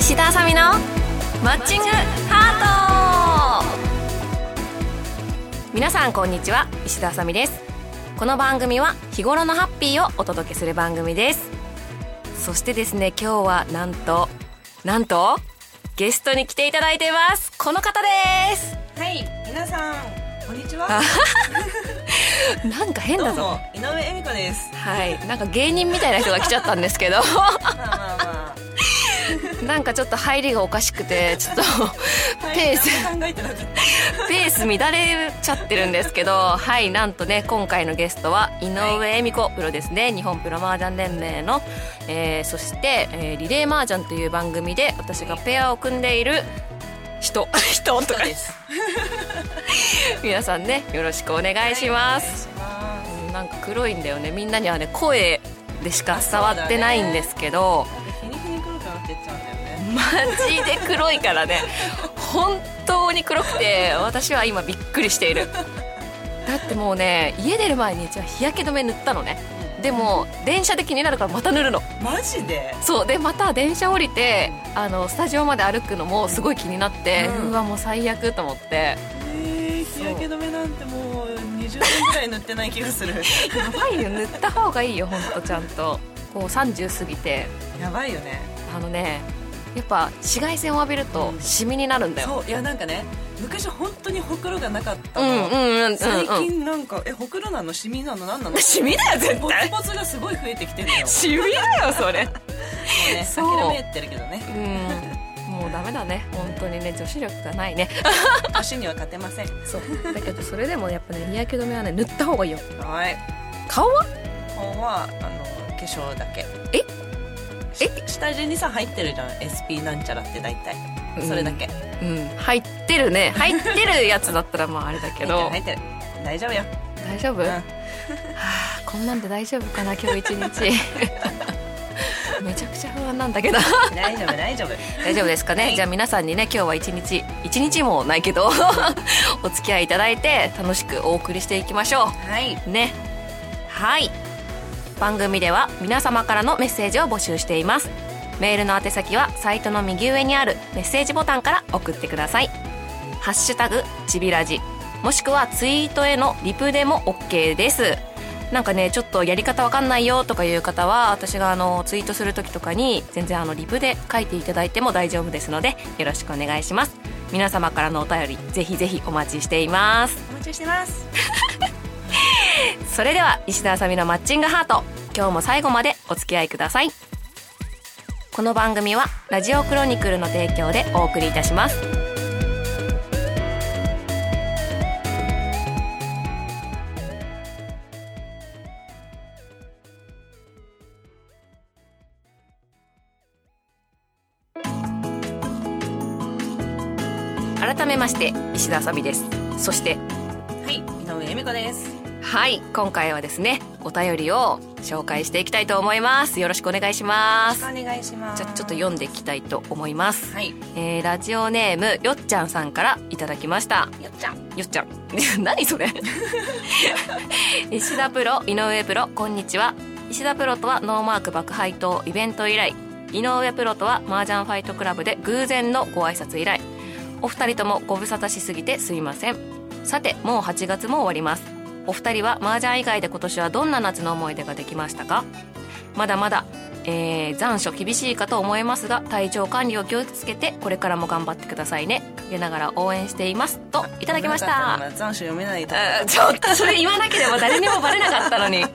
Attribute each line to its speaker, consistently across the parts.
Speaker 1: 石田あさみのマッチングハート皆さんこんにちは石田あさみですこの番組は日頃のハッピーをお届けする番組ですそしてですね今日はなんとなんとゲストに来ていただいていますこの方です
Speaker 2: はい、皆さん、こんにちは。
Speaker 1: なんか変
Speaker 2: ど
Speaker 1: だ
Speaker 2: う
Speaker 1: ぞ
Speaker 2: も、井上恵美子です。
Speaker 1: はいなんか芸人みたいな人が来ちゃったんですけど
Speaker 2: まあまあまあ、
Speaker 1: なんかちょっと入りがおかしくてちょっとペース
Speaker 2: 何も考えてなかった。
Speaker 1: ペース乱れちゃってるんですけどはいなんとね今回のゲストは井上恵美子プロですね日本プロ麻雀連盟の、えーそして、えーリレー麻雀という番組で私がペアを組んでいる人 人とか
Speaker 2: です。
Speaker 1: 皆さんねよろしくお願いします、
Speaker 2: お願いし
Speaker 1: なんか黒いんだよねみんなにはね声でしか伝わってないんですけど、
Speaker 2: ます。日に日に黒くなってっちゃうんだよね。
Speaker 1: マジで黒いからね本当に黒くて私は今びっくりしているだってもうね家出る前にじゃあ日焼け止め塗ったのねでも電車で気になるからまた塗るの
Speaker 2: マジで。
Speaker 1: そうでまた電車降りてあのスタジオまで歩くのもすごい気になって、う
Speaker 2: うん
Speaker 1: わもう最悪と思って
Speaker 2: えー日焼け止めなんてもう20年ぐらい塗ってない気 がする。
Speaker 1: やばいよ塗った方がいいよほんとちゃんとこう30過ぎて
Speaker 2: やばいよね。
Speaker 1: あのねやっぱ紫外線を浴びるとシミになるんだよ、
Speaker 2: そう、いやなんかね、昔本当にほくろがなかった
Speaker 1: うん、うん
Speaker 2: の。
Speaker 1: うんうんうん
Speaker 2: 最近なんか、え、ほくろなのシミなの何なの
Speaker 1: シミだよ絶
Speaker 2: ポ
Speaker 1: 対
Speaker 2: ツポツがすごい増えてきてるのよ。も
Speaker 1: シミだよそれ
Speaker 2: うね、
Speaker 1: そう
Speaker 2: 諦めてるけどね。
Speaker 1: うんもうダメだね本当にね女子力がないね
Speaker 2: 足には勝てません。
Speaker 1: そうだけどそれでもやっぱね日焼け止めはね塗った方がいいよ
Speaker 2: はい。
Speaker 1: 顔は
Speaker 2: 顔はあの化粧だけ
Speaker 1: え
Speaker 2: し下地にさ入ってるじゃん SP なんちゃらって大体
Speaker 1: うん
Speaker 2: それだけ、
Speaker 1: うん入ってるね入ってるやつだったらまああれだけど
Speaker 2: 入ってる入ってる大丈夫よ、
Speaker 1: 大丈夫、
Speaker 2: うん
Speaker 1: はあこんなんで大丈夫かな今日 一日めちゃくちゃ不安なんだけど
Speaker 2: 大丈夫大丈夫
Speaker 1: 大丈夫ですかね、
Speaker 2: はい
Speaker 1: じゃあ皆さんにね今日は一日一日もないけど お付き合いいただいて楽しくお送りしていきましょう
Speaker 2: はい
Speaker 1: ねはい番組では皆様からのメッセージを募集していますメールの宛先はサイトの右上にあるメッセージボタンから送ってください「ハッシュタグちびラジ」もしくはツイートへのリプでも OK ですなんかねちょっとやり方わかんないよとかいう方は私があのツイートする時とかに全然あのリプで書いていただいても大丈夫ですのでよろしくお願いします皆様からのお便りぜひぜひお待ちしています
Speaker 2: お待ちしてます
Speaker 1: それでは石田あさみのマッチングハート今日も最後までお付き合いくださいこの番組はラジオクロニクルの提供でお送りいたします改めまして石田あさみですそして
Speaker 2: はい井上恵美子です
Speaker 1: はい今回はですねお便りを紹介していきたいと思いますよろしくお願いしますじゃ
Speaker 2: お願いしま
Speaker 1: あち
Speaker 2: す
Speaker 1: ょっと読んでいきたいと思います、
Speaker 2: はい
Speaker 1: えーラジオネームよっちゃんさんからいただきました
Speaker 2: よっちゃん
Speaker 1: よっちゃん 何それ 石田プロ井上プロこんにちは石田プロとはノーマーク爆配当イベント以来井上プロとは麻雀ファイトクラブで偶然のご挨拶以来お二人ともご無沙汰しすぎてすいませんさてもう8月も終わりますお二人は麻雀以外で今年はどんな夏の思い出ができましたかまだまだ、えー残暑厳しいかと思いますが体調管理を気をつけてこれからも頑張ってくださいね陰ながら応援していますといただきまし
Speaker 2: 危な
Speaker 1: た
Speaker 2: かっの残暑読めないと
Speaker 1: あーちょっとそれ言わなければ誰にもバレなかったのにちょっ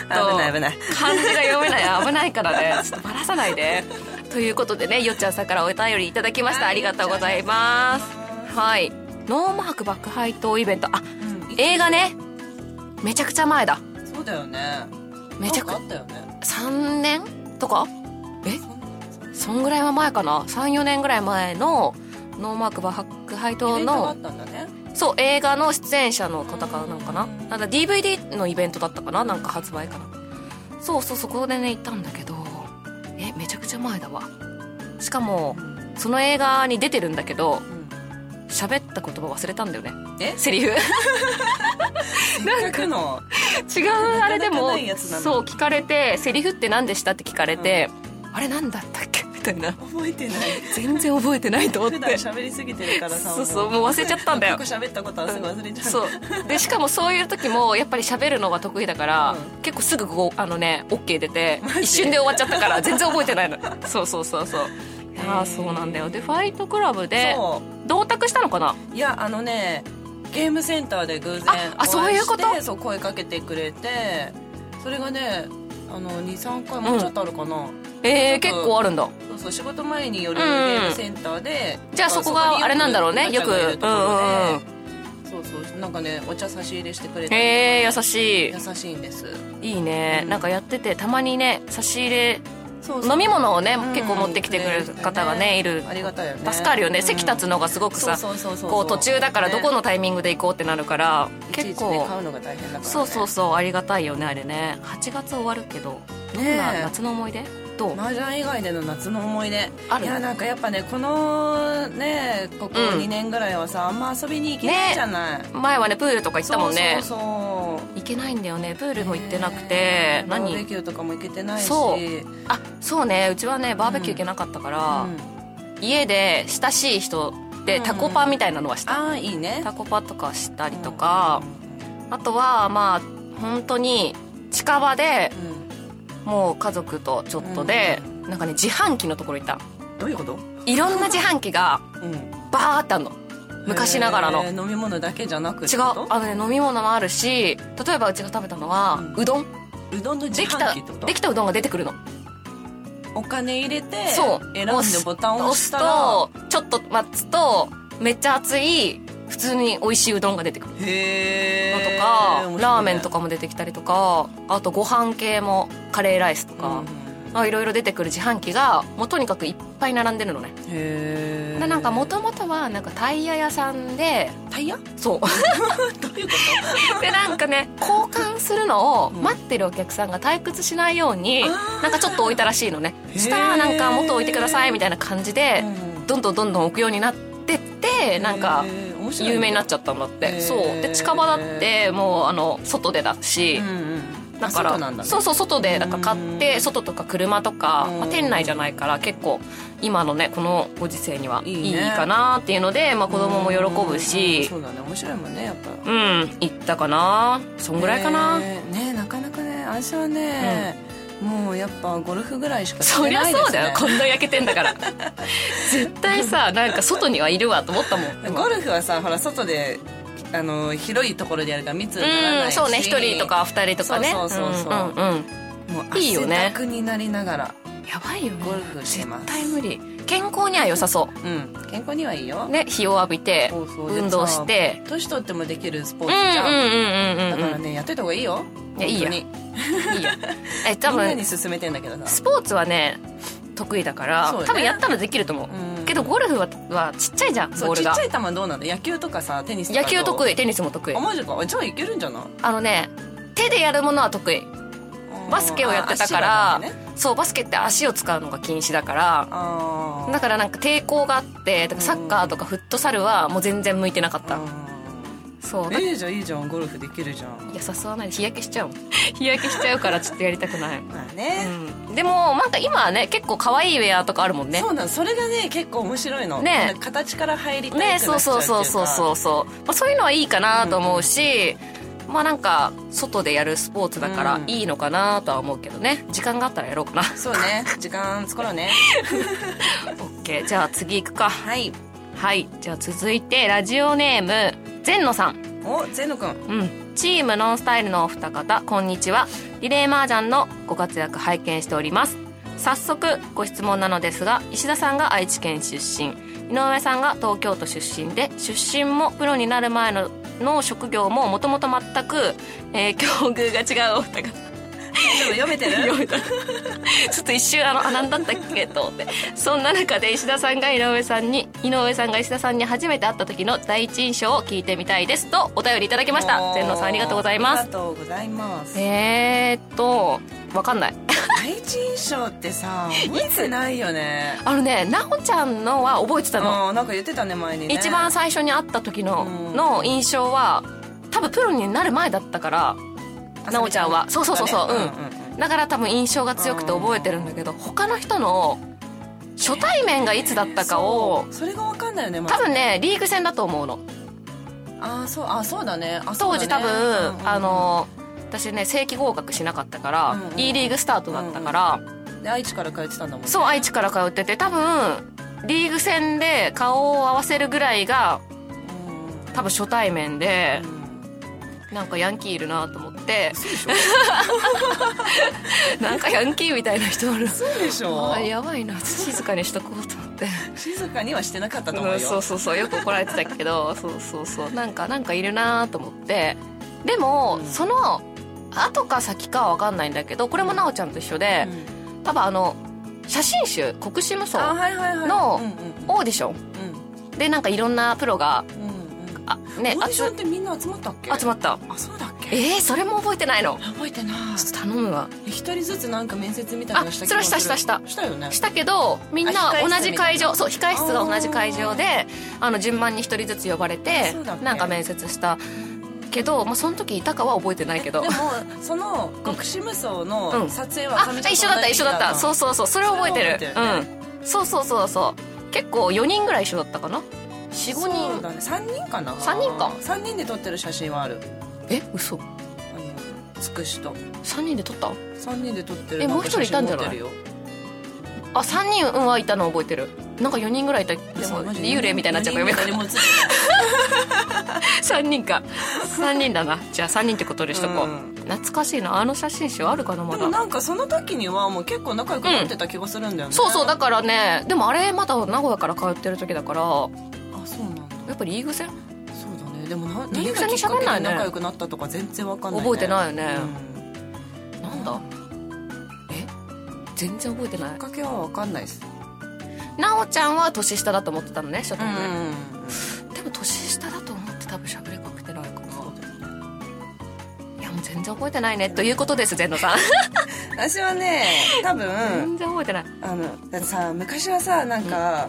Speaker 1: と
Speaker 2: 危ない危ない
Speaker 1: 漢字が読めない危ないからね ちょっとバラさないでということでねよっちゃんさんからお便りいただきましたありがとうございますはいノーマーク爆配当イベントあ
Speaker 2: うん
Speaker 1: 映画ねめちゃくちゃ前だ
Speaker 2: そうだよね
Speaker 1: めちゃく
Speaker 2: なんかあったよね
Speaker 1: 3年とか
Speaker 2: そん
Speaker 1: そんぐらいは前かな34年ぐらい前のノーマーク爆配当
Speaker 2: イベントがあ
Speaker 1: の
Speaker 2: ったんだね
Speaker 1: そう映画の出演者の方からなんかななんか DVD のイベントだったかななんか発売かなそうそうそこでね行ったんだけどえめちゃくちゃ前だわしかもその映画に出てるんだけど
Speaker 2: うん
Speaker 1: 喋った言葉忘れたんだよね
Speaker 2: え
Speaker 1: セ リフ
Speaker 2: なんかの
Speaker 1: 違うあれで
Speaker 2: なかなか
Speaker 1: も
Speaker 2: ないやつなの
Speaker 1: そう聞かれてセリフって何でしたって聞かれて、あれ何だったっけみたいなたいな
Speaker 2: 覚え てない
Speaker 1: 全然覚えてないと思っ
Speaker 2: 普段
Speaker 1: て
Speaker 2: 喋りすぎてるからさ
Speaker 1: そうそうもう忘れちゃったんだよ
Speaker 2: 結構喋ったことはすぐ忘れちゃう
Speaker 1: そうでしかもそういう時もやっぱり喋るのが得意だから、
Speaker 2: う
Speaker 1: 結構すぐこうあのね OK 出て
Speaker 2: ジ
Speaker 1: 一瞬で終わっちゃったから全然覚えて ないのそうそうそうそうい
Speaker 2: へ
Speaker 1: やー
Speaker 2: ー
Speaker 1: そうなんだよでファイトクラブで
Speaker 2: そ
Speaker 1: 同卓したのかな
Speaker 2: ういやあのねゲームセンターで偶然
Speaker 1: ああそういうこと
Speaker 2: お会してそう声かけてくれてそれがねあの23回もうちょっとあるかな、
Speaker 1: えー、
Speaker 2: ちょっ
Speaker 1: 結
Speaker 2: と
Speaker 1: 構あるんだ
Speaker 2: そうそう仕事前に夜
Speaker 1: う
Speaker 2: ゲ
Speaker 1: ん
Speaker 2: ームセンターで、
Speaker 1: じゃあそこがあれなんだろうねよくうんうんうん
Speaker 2: うんそうそうなんかねお茶差し入れしてくれて、
Speaker 1: えー、優し
Speaker 2: 優しいんです
Speaker 1: いいいね、
Speaker 2: うん
Speaker 1: なんかやっててたまにね差し入れ
Speaker 2: そうそう
Speaker 1: 飲み物をね、
Speaker 2: うん
Speaker 1: 結構持ってきてくれる方がねいる
Speaker 2: ありがたいよね
Speaker 1: 助かるよね、
Speaker 2: うん
Speaker 1: 席立つのがすごくさ
Speaker 2: そうそうそうそう
Speaker 1: こう途中だからどこ
Speaker 2: ね
Speaker 1: のタイミングで行こうってなるから
Speaker 2: いち
Speaker 1: 結
Speaker 2: いちね
Speaker 1: 構
Speaker 2: 買うのが大変だから、ね、
Speaker 1: そうそうそうありがたいよねあれね8月終わるけどどん
Speaker 2: ねえ
Speaker 1: な夏の思い出どう
Speaker 2: 麻雀以外での夏の思い出
Speaker 1: ある
Speaker 2: いやなんかやっぱねこのねここ
Speaker 1: うん
Speaker 2: 2年ぐらいはさ、あんま遊びに行けないじゃない、
Speaker 1: 前はねプールとか行ったもんね
Speaker 2: そうそうそう
Speaker 1: 行けないんだよねプールも行ってなく
Speaker 2: ね
Speaker 1: て
Speaker 2: えバーベ
Speaker 1: 何
Speaker 2: キューとかも行けてないし
Speaker 1: そうあそうねうちはねバーベキュー行けなかったから
Speaker 2: う、ん
Speaker 1: 家で親しい人で
Speaker 2: うん
Speaker 1: タコパみたいなのはした、
Speaker 2: ああいいね
Speaker 1: タコパとかしたりとか、あとはまあ本当に近場で
Speaker 2: うん、うん
Speaker 1: もう家族とちょっとで、なんかね自販機のところ行った
Speaker 2: どういうこと、
Speaker 1: いろんな自販機が
Speaker 2: うん、
Speaker 1: バーってあんの昔ながらの
Speaker 2: えー飲み物だけじゃなく
Speaker 1: 違うあのね飲み物もあるし例えばうちが食べたのは、う
Speaker 2: うん
Speaker 1: どん
Speaker 2: ううどんの自
Speaker 1: できた
Speaker 2: 販機ってこと
Speaker 1: できたうどんが出てくるの
Speaker 2: お金入れて
Speaker 1: そう
Speaker 2: 選ん
Speaker 1: 押す
Speaker 2: でボタンを押したら
Speaker 1: 押すとちょっと待つとめっちゃ熱い普通に美味しいうどんが出てくる
Speaker 2: へ
Speaker 1: のと
Speaker 2: え
Speaker 1: か、ラーメンとかも出てきたりとかあとご飯系もカレーライスとか、あいろいろ出てくる自販機がもうとにかくいっぱい並んでるのね、
Speaker 2: へえ
Speaker 1: でなんかもともとはなんかタイヤ屋さんで
Speaker 2: タイヤ
Speaker 1: そう
Speaker 2: どういうこ
Speaker 1: でなんかね交換するのを待ってるお客さんが退屈しないように、
Speaker 2: あー
Speaker 1: なんかちょっと置いたらしいのね
Speaker 2: へー
Speaker 1: そしたらなんかもっと置いてくださいみたいな感じ
Speaker 2: と
Speaker 1: で、
Speaker 2: うん
Speaker 1: どんどんどんどん置くようになってってなんか
Speaker 2: へー面白いね
Speaker 1: 有名になっちゃったんだって、
Speaker 2: へー
Speaker 1: そうで近場だってもうあの外でだし、
Speaker 2: うんうん
Speaker 1: だから
Speaker 2: あ外なんだね
Speaker 1: そうそう外でなんか買っ
Speaker 2: う
Speaker 1: て
Speaker 2: ん
Speaker 1: 外とか車とか、
Speaker 2: うん
Speaker 1: まあ、店内じゃないから結構今のねこのご時世にはい
Speaker 2: い
Speaker 1: い
Speaker 2: ね
Speaker 1: いかなっていうので、まあ、子供も喜ぶ
Speaker 2: うん
Speaker 1: し
Speaker 2: そうだね面白いもんねやっぱ
Speaker 1: うん行ったかなそんぐらいかな、
Speaker 2: ねえねえなかなかね私はね、もうやっぱゴルフぐらいしかし
Speaker 1: そ
Speaker 2: て
Speaker 1: りゃ
Speaker 2: ないです、ね、
Speaker 1: そうだよこんな焼けてんだから 絶対さなんか外にはいるわと思ったもん
Speaker 2: ゴルフはさほら外であの広いところでやるから密になら
Speaker 1: う
Speaker 2: なんいし
Speaker 1: そうね一人とか二人とかね
Speaker 2: そうそうそうそうん
Speaker 1: うんうん
Speaker 2: もう
Speaker 1: いいよね
Speaker 2: 汗だくになりながら
Speaker 1: やばいよね
Speaker 2: ゴルフしてます
Speaker 1: 絶対無理健康には良さそ
Speaker 2: うん健康にはいいよ、
Speaker 1: うね日を浴びて
Speaker 2: そうそうで
Speaker 1: 運動して
Speaker 2: さ年取ってもできるスポ
Speaker 1: う
Speaker 2: ー
Speaker 1: ん
Speaker 2: ツじゃん、
Speaker 1: うんうん
Speaker 2: だ
Speaker 1: うんう
Speaker 2: か
Speaker 1: ん
Speaker 2: らねやっといた方がいいよ
Speaker 1: いやいいよ
Speaker 2: 本当に
Speaker 1: いいよ え多
Speaker 2: みんな
Speaker 1: 分
Speaker 2: に勧めてんだけどさ
Speaker 1: スポーツはね得意だから
Speaker 2: そうね
Speaker 1: 多分やったらできると思う、
Speaker 2: うん
Speaker 1: けどゴルフははちっちゃいじゃん
Speaker 2: そ
Speaker 1: ボー
Speaker 2: うち
Speaker 1: ル
Speaker 2: っち
Speaker 1: が
Speaker 2: ゃい球どうなんだ野球とかさテニスとか
Speaker 1: 野球得
Speaker 2: 意
Speaker 1: 意テニスも得意
Speaker 2: あマジかじゃあいけるんじゃない
Speaker 1: あのね手でやるものは得意バスケをやってたから、
Speaker 2: あ足がダメね
Speaker 1: そうバスケって足を使うのが禁止だから
Speaker 2: あー
Speaker 1: だからなんか抵抗があってだからサッカーとかフットサルはもう全然向いてなかった、そうだ
Speaker 2: うんいいじゃんいいじゃんゴルフできるじゃん
Speaker 1: いや誘わないで日焼けしちゃうもん 日焼けしちゃうからちょっとやりたくない、
Speaker 2: まあね、
Speaker 1: うん、でもなんか今はね結構可愛いウェアとかあるもんね
Speaker 2: そうなのそれがね結構面白いの
Speaker 1: ね
Speaker 2: なんか形から入りたくな
Speaker 1: ね
Speaker 2: っちゃ
Speaker 1: そううそうそうそうそううそう、まあ、そういうのはいいかなと思うし、まあなんか外でやるスポーツだから
Speaker 2: うん
Speaker 1: いいのかなとは思うけどね時間があったらやろうかな
Speaker 2: そうね時間作ろうね
Speaker 1: OK じゃあ次行くか
Speaker 2: はい
Speaker 1: はいじゃあ続いてラジオネームゼンノさん
Speaker 2: おゼノくん
Speaker 1: うん、チームノンスタイルのお二方こんにちはリレー麻雀のご活躍拝見しております早速ご質問なのですが石田さんが愛知県出身井上さんが東京都出身で出身もプロになる前のの職業ももともと全く、えー境遇が違うお二方
Speaker 2: 大丈夫読めてる
Speaker 1: 読めたちょっと一瞬あのあ何だったっけと思ってそんな中で石田さんが井上さんに井上さんが石田さんに初めて会った時の第一印象を聞いてみたいですとお便りいただきました
Speaker 2: おー
Speaker 1: 全野さんありがとうございま
Speaker 2: あ
Speaker 1: す
Speaker 2: りがとうございます
Speaker 1: えーっとわかんない
Speaker 2: 第一印象ってさ覚えてないよね
Speaker 1: あのね奈穂ちゃんのは覚えてたの、
Speaker 2: うんなんか言ってたね前にね
Speaker 1: 一番最初に会った時の、
Speaker 2: うん
Speaker 1: の印象は多分プロになる前だったから奈緒ちゃんはそうそうそうそう
Speaker 2: だね
Speaker 1: うんだから多分印象が強くて覚えてるんだけど他の人の初対面がいつだったかを
Speaker 2: そうそれが分かんないよね、ま
Speaker 1: 多
Speaker 2: ず
Speaker 1: 分ねリーグ戦だと思うの
Speaker 2: あーそうあそうだねあそう
Speaker 1: 当
Speaker 2: だね
Speaker 1: 時多分、
Speaker 2: うんうん
Speaker 1: あの私ね正規合格しなかったから、
Speaker 2: うんうん
Speaker 1: E リーグスタートだったから、
Speaker 2: で愛知から通ってたんだもんね
Speaker 1: そう愛知から通ってて多分リーグ戦で顔を合わせるぐらいが
Speaker 2: うんうん
Speaker 1: 多分初対面で、
Speaker 2: うん
Speaker 1: なんかヤンキーいるなと思 って
Speaker 2: そうでしょ
Speaker 1: なんかヤンキーみたいな人おる
Speaker 2: そうでしょ
Speaker 1: あやばいな静かにしとこうと思って
Speaker 2: 静かにはしてなかったと思うよ、
Speaker 1: うんそうそうそうよく怒られてたけどそうそうそうなんかなんかいるなと思ってでも、
Speaker 2: うん
Speaker 1: その後か先かは分かんないんだけどこれも奈緒ちゃんと一緒で、
Speaker 2: うん
Speaker 1: 多分あの写真集国士無
Speaker 2: あ
Speaker 1: 双
Speaker 2: はいはいはい
Speaker 1: の
Speaker 2: うんうん
Speaker 1: オーディションでなんかいろんなプロが
Speaker 2: うんうんうん
Speaker 1: あね
Speaker 2: オーディションってみんな集まったっけ
Speaker 1: あ集まった
Speaker 2: あそうだっけ
Speaker 1: えー、それも覚えてないの
Speaker 2: 覚えてない
Speaker 1: ちょっと頼むわ
Speaker 2: 一人ずつなんか面接みたいなのした
Speaker 1: あそれはしたしたした
Speaker 2: したよね
Speaker 1: したけどみん
Speaker 2: あ
Speaker 1: な
Speaker 2: 控室
Speaker 1: 同じ会場そう控室が同じ会場
Speaker 2: あ
Speaker 1: であの順番に一人ずつ呼ばれて
Speaker 2: そうだっけ
Speaker 1: なんか面接したけど、まあ、その時いたかは覚えてない けど
Speaker 2: でもその極シ無双
Speaker 1: う
Speaker 2: の
Speaker 1: ん
Speaker 2: 撮影は
Speaker 1: あ一緒だった一緒だったそううそうそうそれ覚えてる
Speaker 2: それ覚えて
Speaker 1: うんそうそうそうそう結構4人ぐらい一緒だったかな45
Speaker 2: そう
Speaker 1: 人
Speaker 2: だね3人かな
Speaker 1: 三人か
Speaker 2: 3人で撮ってる写真はある
Speaker 1: え嘘
Speaker 2: あのつくしと
Speaker 1: 三3人で撮った
Speaker 2: 3人で撮ってる
Speaker 1: えもう一人いたんじゃない
Speaker 2: なんか写真持ってるよ
Speaker 1: あ三3人うんはいたの覚えてるなんか4人ぐらいいたで
Speaker 2: いや
Speaker 1: も
Speaker 2: マジで
Speaker 1: 幽霊みたいになっちゃった
Speaker 2: 4
Speaker 1: よ
Speaker 2: 人 誰 も映って
Speaker 1: 3人か3人だなじゃあ3人ってことでしとこう、
Speaker 2: うん
Speaker 1: 懐かしいなあの写真集あるかな
Speaker 2: な
Speaker 1: ま
Speaker 2: いでも
Speaker 1: だ
Speaker 2: なんかその時にはもう結構仲良くなってた気がするんだよね
Speaker 1: そうそうだからねでもあれまだ名古屋から通ってる時だから
Speaker 2: あそうなんだ
Speaker 1: やっぱりリーグ戦
Speaker 2: そうだねでもな
Speaker 1: リー
Speaker 2: 何
Speaker 1: グ
Speaker 2: が
Speaker 1: 戦
Speaker 2: き
Speaker 1: に
Speaker 2: っ
Speaker 1: しゃべん
Speaker 2: かけ
Speaker 1: ない
Speaker 2: で
Speaker 1: ね
Speaker 2: 仲良くなったとか全然わかんない、ね、
Speaker 1: 覚えてないよね
Speaker 2: うん
Speaker 1: なんだえ全然覚えてない
Speaker 2: きっかけはわかんないです
Speaker 1: なおちゃんは年下だと思ってたのね初対面、
Speaker 2: ん
Speaker 1: でも年下だと思って多分喋りかけてないかないやもう全然覚えてないねということです全野さん、
Speaker 2: 私はね多分
Speaker 1: 全然覚えてない
Speaker 2: あのだってさ昔はさなんか、あ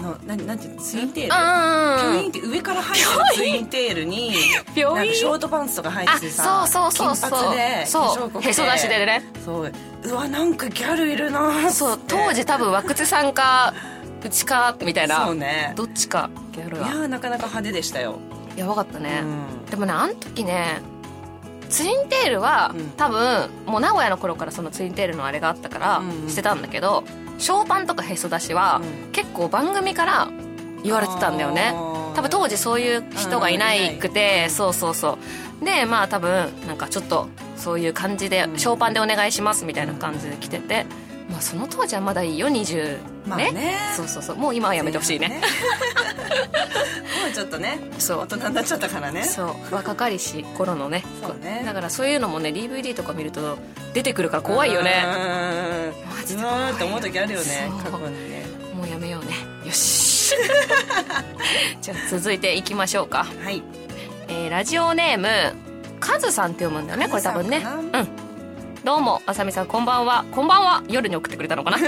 Speaker 2: のななんていうのツインテール
Speaker 1: う
Speaker 2: ピ
Speaker 1: ん
Speaker 2: ョインって上から入ってるツインテールに
Speaker 1: ピョイン
Speaker 2: なんかショートパンツとか入
Speaker 1: あ
Speaker 2: っててさ
Speaker 1: そうそうそうそ
Speaker 2: 金髪で
Speaker 1: うそうへそ出しでね
Speaker 2: そううわなんかギャルいるなーっつって
Speaker 1: そう当時多分和久津さんかうちかみたいな
Speaker 2: そうね
Speaker 1: どっちかギャル
Speaker 2: いや
Speaker 1: は
Speaker 2: ーなかなか派手でしたよ、
Speaker 1: やばかったね
Speaker 2: う、ん
Speaker 1: でもねあの時ねツインテールは、
Speaker 2: うん
Speaker 1: 多分もう名古屋の頃からそのツインテールのあれがあったから
Speaker 2: うん
Speaker 1: してたんだけど、ショーパンとかへそ出しは、
Speaker 2: うん
Speaker 1: 結構番組から言われてたんだよね
Speaker 2: あー
Speaker 1: 多分当時そういう人がいな
Speaker 2: うんいない
Speaker 1: いくて、そうそうそうでまあ多分なんかちょっとそういう感じで、
Speaker 2: うん
Speaker 1: ショーパンでお願いしますみたいな感じで来てて、まあその当時はまだいいよ20
Speaker 2: まあね
Speaker 1: そうそうそうもう今はやめてほしいね
Speaker 2: もうちょっとね
Speaker 1: そう
Speaker 2: 大人になっちゃったからね
Speaker 1: そう若かりし頃のね
Speaker 2: そうね
Speaker 1: だからそういうのもね DVD とか見ると出てくるから怖いよね
Speaker 2: うん
Speaker 1: マジ
Speaker 2: う
Speaker 1: で
Speaker 2: わ
Speaker 1: 怖いよ
Speaker 2: ーって思う時あるよね
Speaker 1: そ
Speaker 2: 過
Speaker 1: う
Speaker 2: 去にね
Speaker 1: もうやめようねよし じゃあ続いていきましょうか、
Speaker 2: はい
Speaker 1: えーラジオネームカズさんって読むんだよねこれ多分ね
Speaker 2: カズさ
Speaker 1: うんんどうもあさみさんこんばんはこんばんは夜に送ってくれた のかな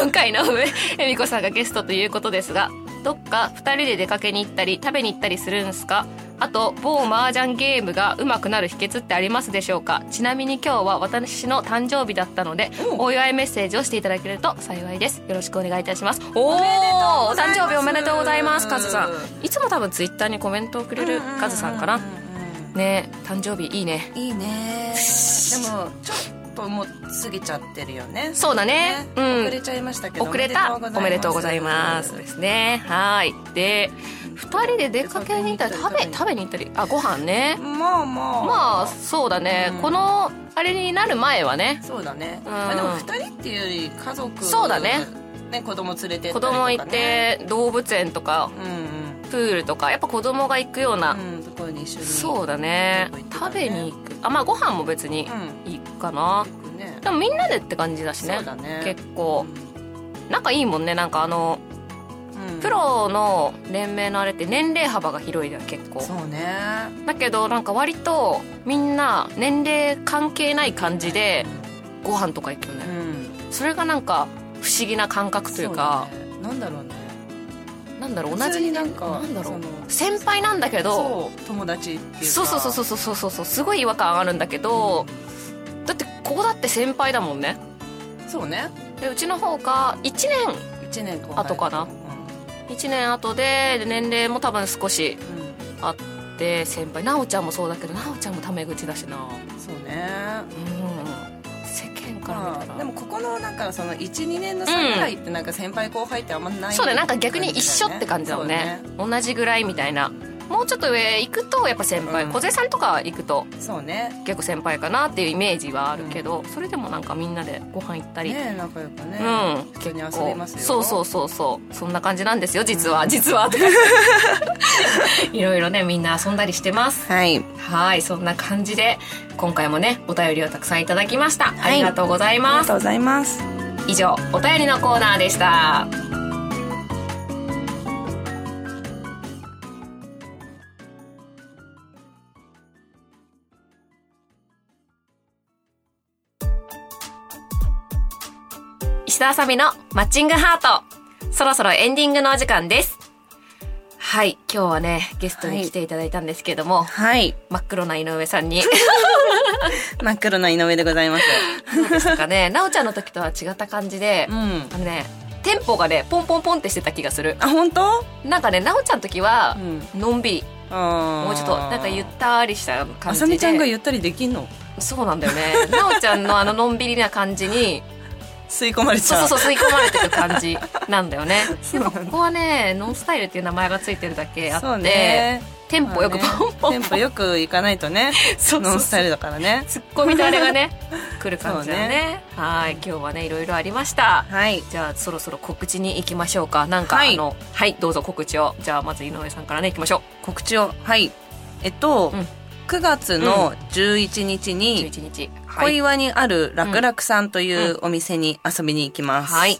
Speaker 1: 今回の上恵美子さんがゲストということですがどっか2人で出かけに行ったり食べに行ったりするんすかあと某麻雀ゲームが上手くなる秘訣ってありますでしょうかちなみに今日は私の誕生日だったので
Speaker 2: おう
Speaker 1: お祝いメッセージをしていただけると幸いですよろしくお願いいたしますおお
Speaker 2: めでとうござい
Speaker 1: 誕
Speaker 2: ます
Speaker 1: 生日おめでとうございますカズさんいつも多分ツイッターにコメントをくれるカズさんか
Speaker 2: う
Speaker 1: な
Speaker 2: ううん
Speaker 1: ね誕生日いいね
Speaker 2: うんいいねでもちょっともう過ぎちゃってるよね
Speaker 1: そうだねうん
Speaker 2: 遅れちゃいましたけど
Speaker 1: 遅れたおめでとうございます
Speaker 2: おめ
Speaker 1: で
Speaker 2: でとうございます
Speaker 1: ねはいで2人で出かけに行ったり食べ食べに行ったりあご飯ね
Speaker 2: まあまあ
Speaker 1: まあそうだね、
Speaker 2: うん
Speaker 1: このあれになる前はね
Speaker 2: そうだね、
Speaker 1: うん
Speaker 2: まあでも2人っていうより家族
Speaker 1: そうだね
Speaker 2: ね子供連れてったり
Speaker 1: 子
Speaker 2: とか、ね、
Speaker 1: 供行って動物園とか
Speaker 2: うんうん
Speaker 1: プールとかやっぱ子供が行くような、
Speaker 2: うん、ところに一緒に
Speaker 1: そうだね食べに行くあまあご飯も別に行くかな、
Speaker 2: 行くね
Speaker 1: でもみんなでって感じだしね
Speaker 2: そうだね
Speaker 1: 結構仲いいもんねなんかあの
Speaker 2: うん
Speaker 1: プロの連盟のあれって年齢幅が広いじゃん結構
Speaker 2: そうね
Speaker 1: だけどなんか割とみんな年齢関係ない感じでご飯とか行くよ
Speaker 2: う
Speaker 1: ね、
Speaker 2: ん
Speaker 1: それがなんか不思議な感覚というか
Speaker 2: そうだねなんだろうね
Speaker 1: なんだろう
Speaker 2: 普
Speaker 1: 同
Speaker 2: 通
Speaker 1: じ
Speaker 2: になんか
Speaker 1: なんだろ
Speaker 2: そうの
Speaker 1: 先輩なんだけど
Speaker 2: そう友達っていうか
Speaker 1: そうそうそうそうそうそうそうすごい違和感あるんだけど、だってここだって先輩だもんね
Speaker 2: そうね
Speaker 1: でうちの方が1年
Speaker 2: 1 1年後
Speaker 1: 後かな1年後でで年齢も多分少し
Speaker 2: うん、うん
Speaker 1: あって先輩なおちゃんもそうだけどなおちゃんもタメ口だしな
Speaker 2: そうね
Speaker 1: うん世間から
Speaker 2: ま
Speaker 1: 見た
Speaker 2: あ、
Speaker 1: ら
Speaker 2: でもここのなんかその12年の差ぐらいってなんか先輩後輩ってあんまない、
Speaker 1: そうだよなんか逆に一緒って感じだもんね同じぐらいみたいなもうちょっと上行くとやっぱ先輩、
Speaker 2: うん
Speaker 1: 小杉さんとか行くと
Speaker 2: そうね
Speaker 1: 結構先輩かなっていうイメージはあるけど、それでもなんかみんなでご飯行った
Speaker 2: そう
Speaker 1: り、
Speaker 2: ねねえ仲良くね、
Speaker 1: うん
Speaker 2: 普通に遊
Speaker 1: こ
Speaker 2: びますよ
Speaker 1: そうそうそうそうそんな感じなんですよ実は、実 は いろいろねみんな遊んだりしてます
Speaker 2: はい
Speaker 1: はいそんな感じで今回もねお便りをたくさんいただきました、
Speaker 2: はい
Speaker 1: ありがとうございます
Speaker 2: うございます
Speaker 1: 以上お便りのコーナーでした石田あさみのマッチングハートそろそろエンディングのお時間ですはい今日はねゲストに来ていただいたんですけども、
Speaker 2: はい
Speaker 1: 真っ黒な井上さんに
Speaker 2: 真っ黒な井上でござ います
Speaker 1: どうでしたかね なおちゃんの時とは違った感じで、
Speaker 2: うん
Speaker 1: あのねテンポがねポンポンポンってしてた気がする
Speaker 2: あ本当
Speaker 1: なんかねなおちゃんの時は
Speaker 2: う、ん
Speaker 1: のんびり
Speaker 2: あー
Speaker 1: もうちょっとなんかゆったりした感じで
Speaker 2: あさみちゃんがゆったりできんの
Speaker 1: そうなんだよねなおちゃんのあののんびりな感じ に
Speaker 2: 吸い込まれち
Speaker 1: そう
Speaker 2: ゃう
Speaker 1: そうそう吸い込まれてる感じなんだよね
Speaker 2: そ
Speaker 1: で
Speaker 2: う
Speaker 1: も
Speaker 2: なんだ
Speaker 1: ここはねノンスタイルっていう名前がついてるだけあって、
Speaker 2: そうね
Speaker 1: テンポよくポ
Speaker 2: ま
Speaker 1: ンポンポ
Speaker 2: あねテ
Speaker 1: ン
Speaker 2: ンポよくいかないとね
Speaker 1: そう
Speaker 2: ノ
Speaker 1: そう
Speaker 2: ンス
Speaker 1: そ
Speaker 2: タ
Speaker 1: う
Speaker 2: イルだからね
Speaker 1: ツッコミとあれがね来る感じだねはい今日はねいろいろありました
Speaker 2: はい
Speaker 1: じゃあそろそろ告知に行きましょうかなんか、
Speaker 2: はい
Speaker 1: あのはいどうぞ告知をじゃあまず井上さんからね行きましょ
Speaker 2: 告知をはいえっと、
Speaker 1: うん
Speaker 2: 9月の11日
Speaker 1: う
Speaker 2: に
Speaker 1: 11日は
Speaker 2: 小
Speaker 1: い
Speaker 2: 岩にある楽々さんというお店に遊びに行きます、
Speaker 1: はい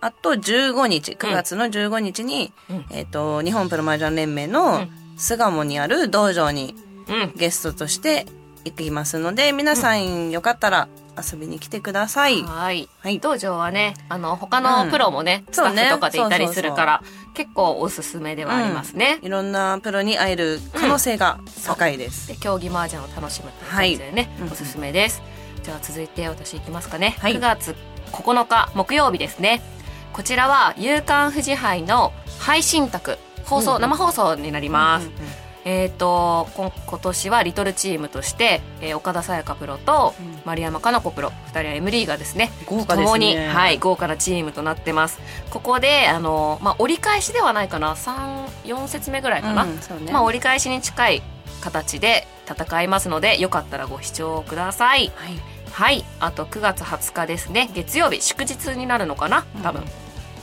Speaker 2: あと15日9月の15日に、
Speaker 1: うん
Speaker 2: えっと日本プロマージャン連盟
Speaker 1: う
Speaker 2: の
Speaker 1: ん
Speaker 2: 巣鴨にある道場に
Speaker 1: うん
Speaker 2: ゲストとして行きますので皆さんよかったら遊びに来てください、
Speaker 1: はい
Speaker 2: はい
Speaker 1: 道場はねあの他のプロもね、
Speaker 2: うん
Speaker 1: スタ
Speaker 2: そう
Speaker 1: ッ
Speaker 2: ね
Speaker 1: フとかでいたりするから、結構おすすめではありますね、
Speaker 2: いろんなプロに会える可能性が高いです、
Speaker 1: で競技麻雀を楽しむという感じでね、
Speaker 2: はい
Speaker 1: おすすめです、じゃあ続いて私いきますかね、
Speaker 2: はい
Speaker 1: 9月9日木曜日ですねこちらは夕刊富士杯の配信卓放送、
Speaker 2: うんうん
Speaker 1: 生放送になります、
Speaker 2: うんうんうん
Speaker 1: えー、とこ今年はリトルチームとして、えー岡田紗也香プロと
Speaker 2: うん
Speaker 1: 丸山加奈子プロ2人は M リーガーですね
Speaker 2: 豪華ですね
Speaker 1: 共に、はい、豪華なチームとなってますここで、あのまあ、折り返しではないかな34節目ぐらいかな、
Speaker 2: うんそうね
Speaker 1: まあ、折り返しに近い形で戦いますのでよかったらご視聴ください
Speaker 2: はい
Speaker 1: はいあと9月20日ですね月曜日祝日になるのかな多分、
Speaker 2: うん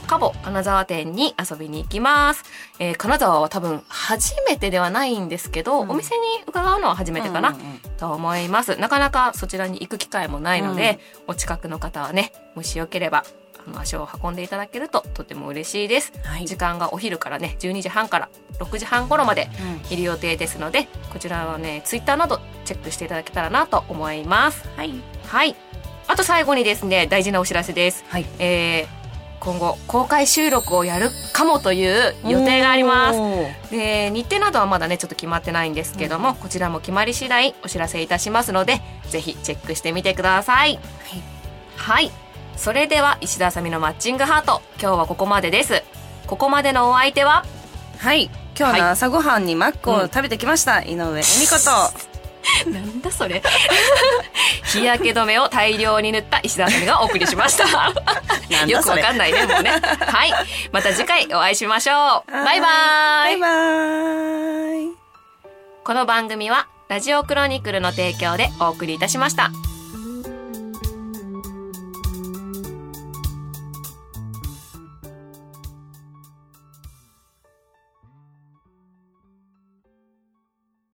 Speaker 1: カボ金沢店に遊びに行きます、えー金沢は多分初めてではないんですけど、
Speaker 2: うん
Speaker 1: お店に伺うのは初めてかな、
Speaker 2: うんうんうん
Speaker 1: と思いますなかなかそちらに行く機会もないので、お近くの方はねもしよければあの足を運んでいただけるととても嬉しいです、
Speaker 2: はい
Speaker 1: 時間がお昼からね12時半から6時半頃まで
Speaker 2: うん
Speaker 1: いる予定ですのでこちらはねツイッターなどチェックしていただけたらなと思います
Speaker 2: はい
Speaker 1: はいあと最後にですね大事なお知らせです、
Speaker 2: はい
Speaker 1: えー今後公開収録をやるかもという予定があります
Speaker 2: おー
Speaker 1: で日程などはまだねちょっと決まってないんですけども、こちらも決まり次第お知らせいたしますのでぜひチェックしてみてくださいはい、それでは石田あさみのマッチングハート今日はここまでですここまでのお相手は
Speaker 2: はい今日の朝ごはんにマックを食べてきました、井上恵美子と
Speaker 1: なんだそれ 日焼け止めを大量に塗った石田あさみがお送りしました
Speaker 2: なん
Speaker 1: よく
Speaker 2: だそ
Speaker 1: わ
Speaker 2: れ
Speaker 1: かんないねもうねはいまた次回お会いしましょうバイバ
Speaker 2: バ
Speaker 1: ーイ
Speaker 2: イバイ
Speaker 1: この番組はラジオクロニクルの提供でお送りいたしました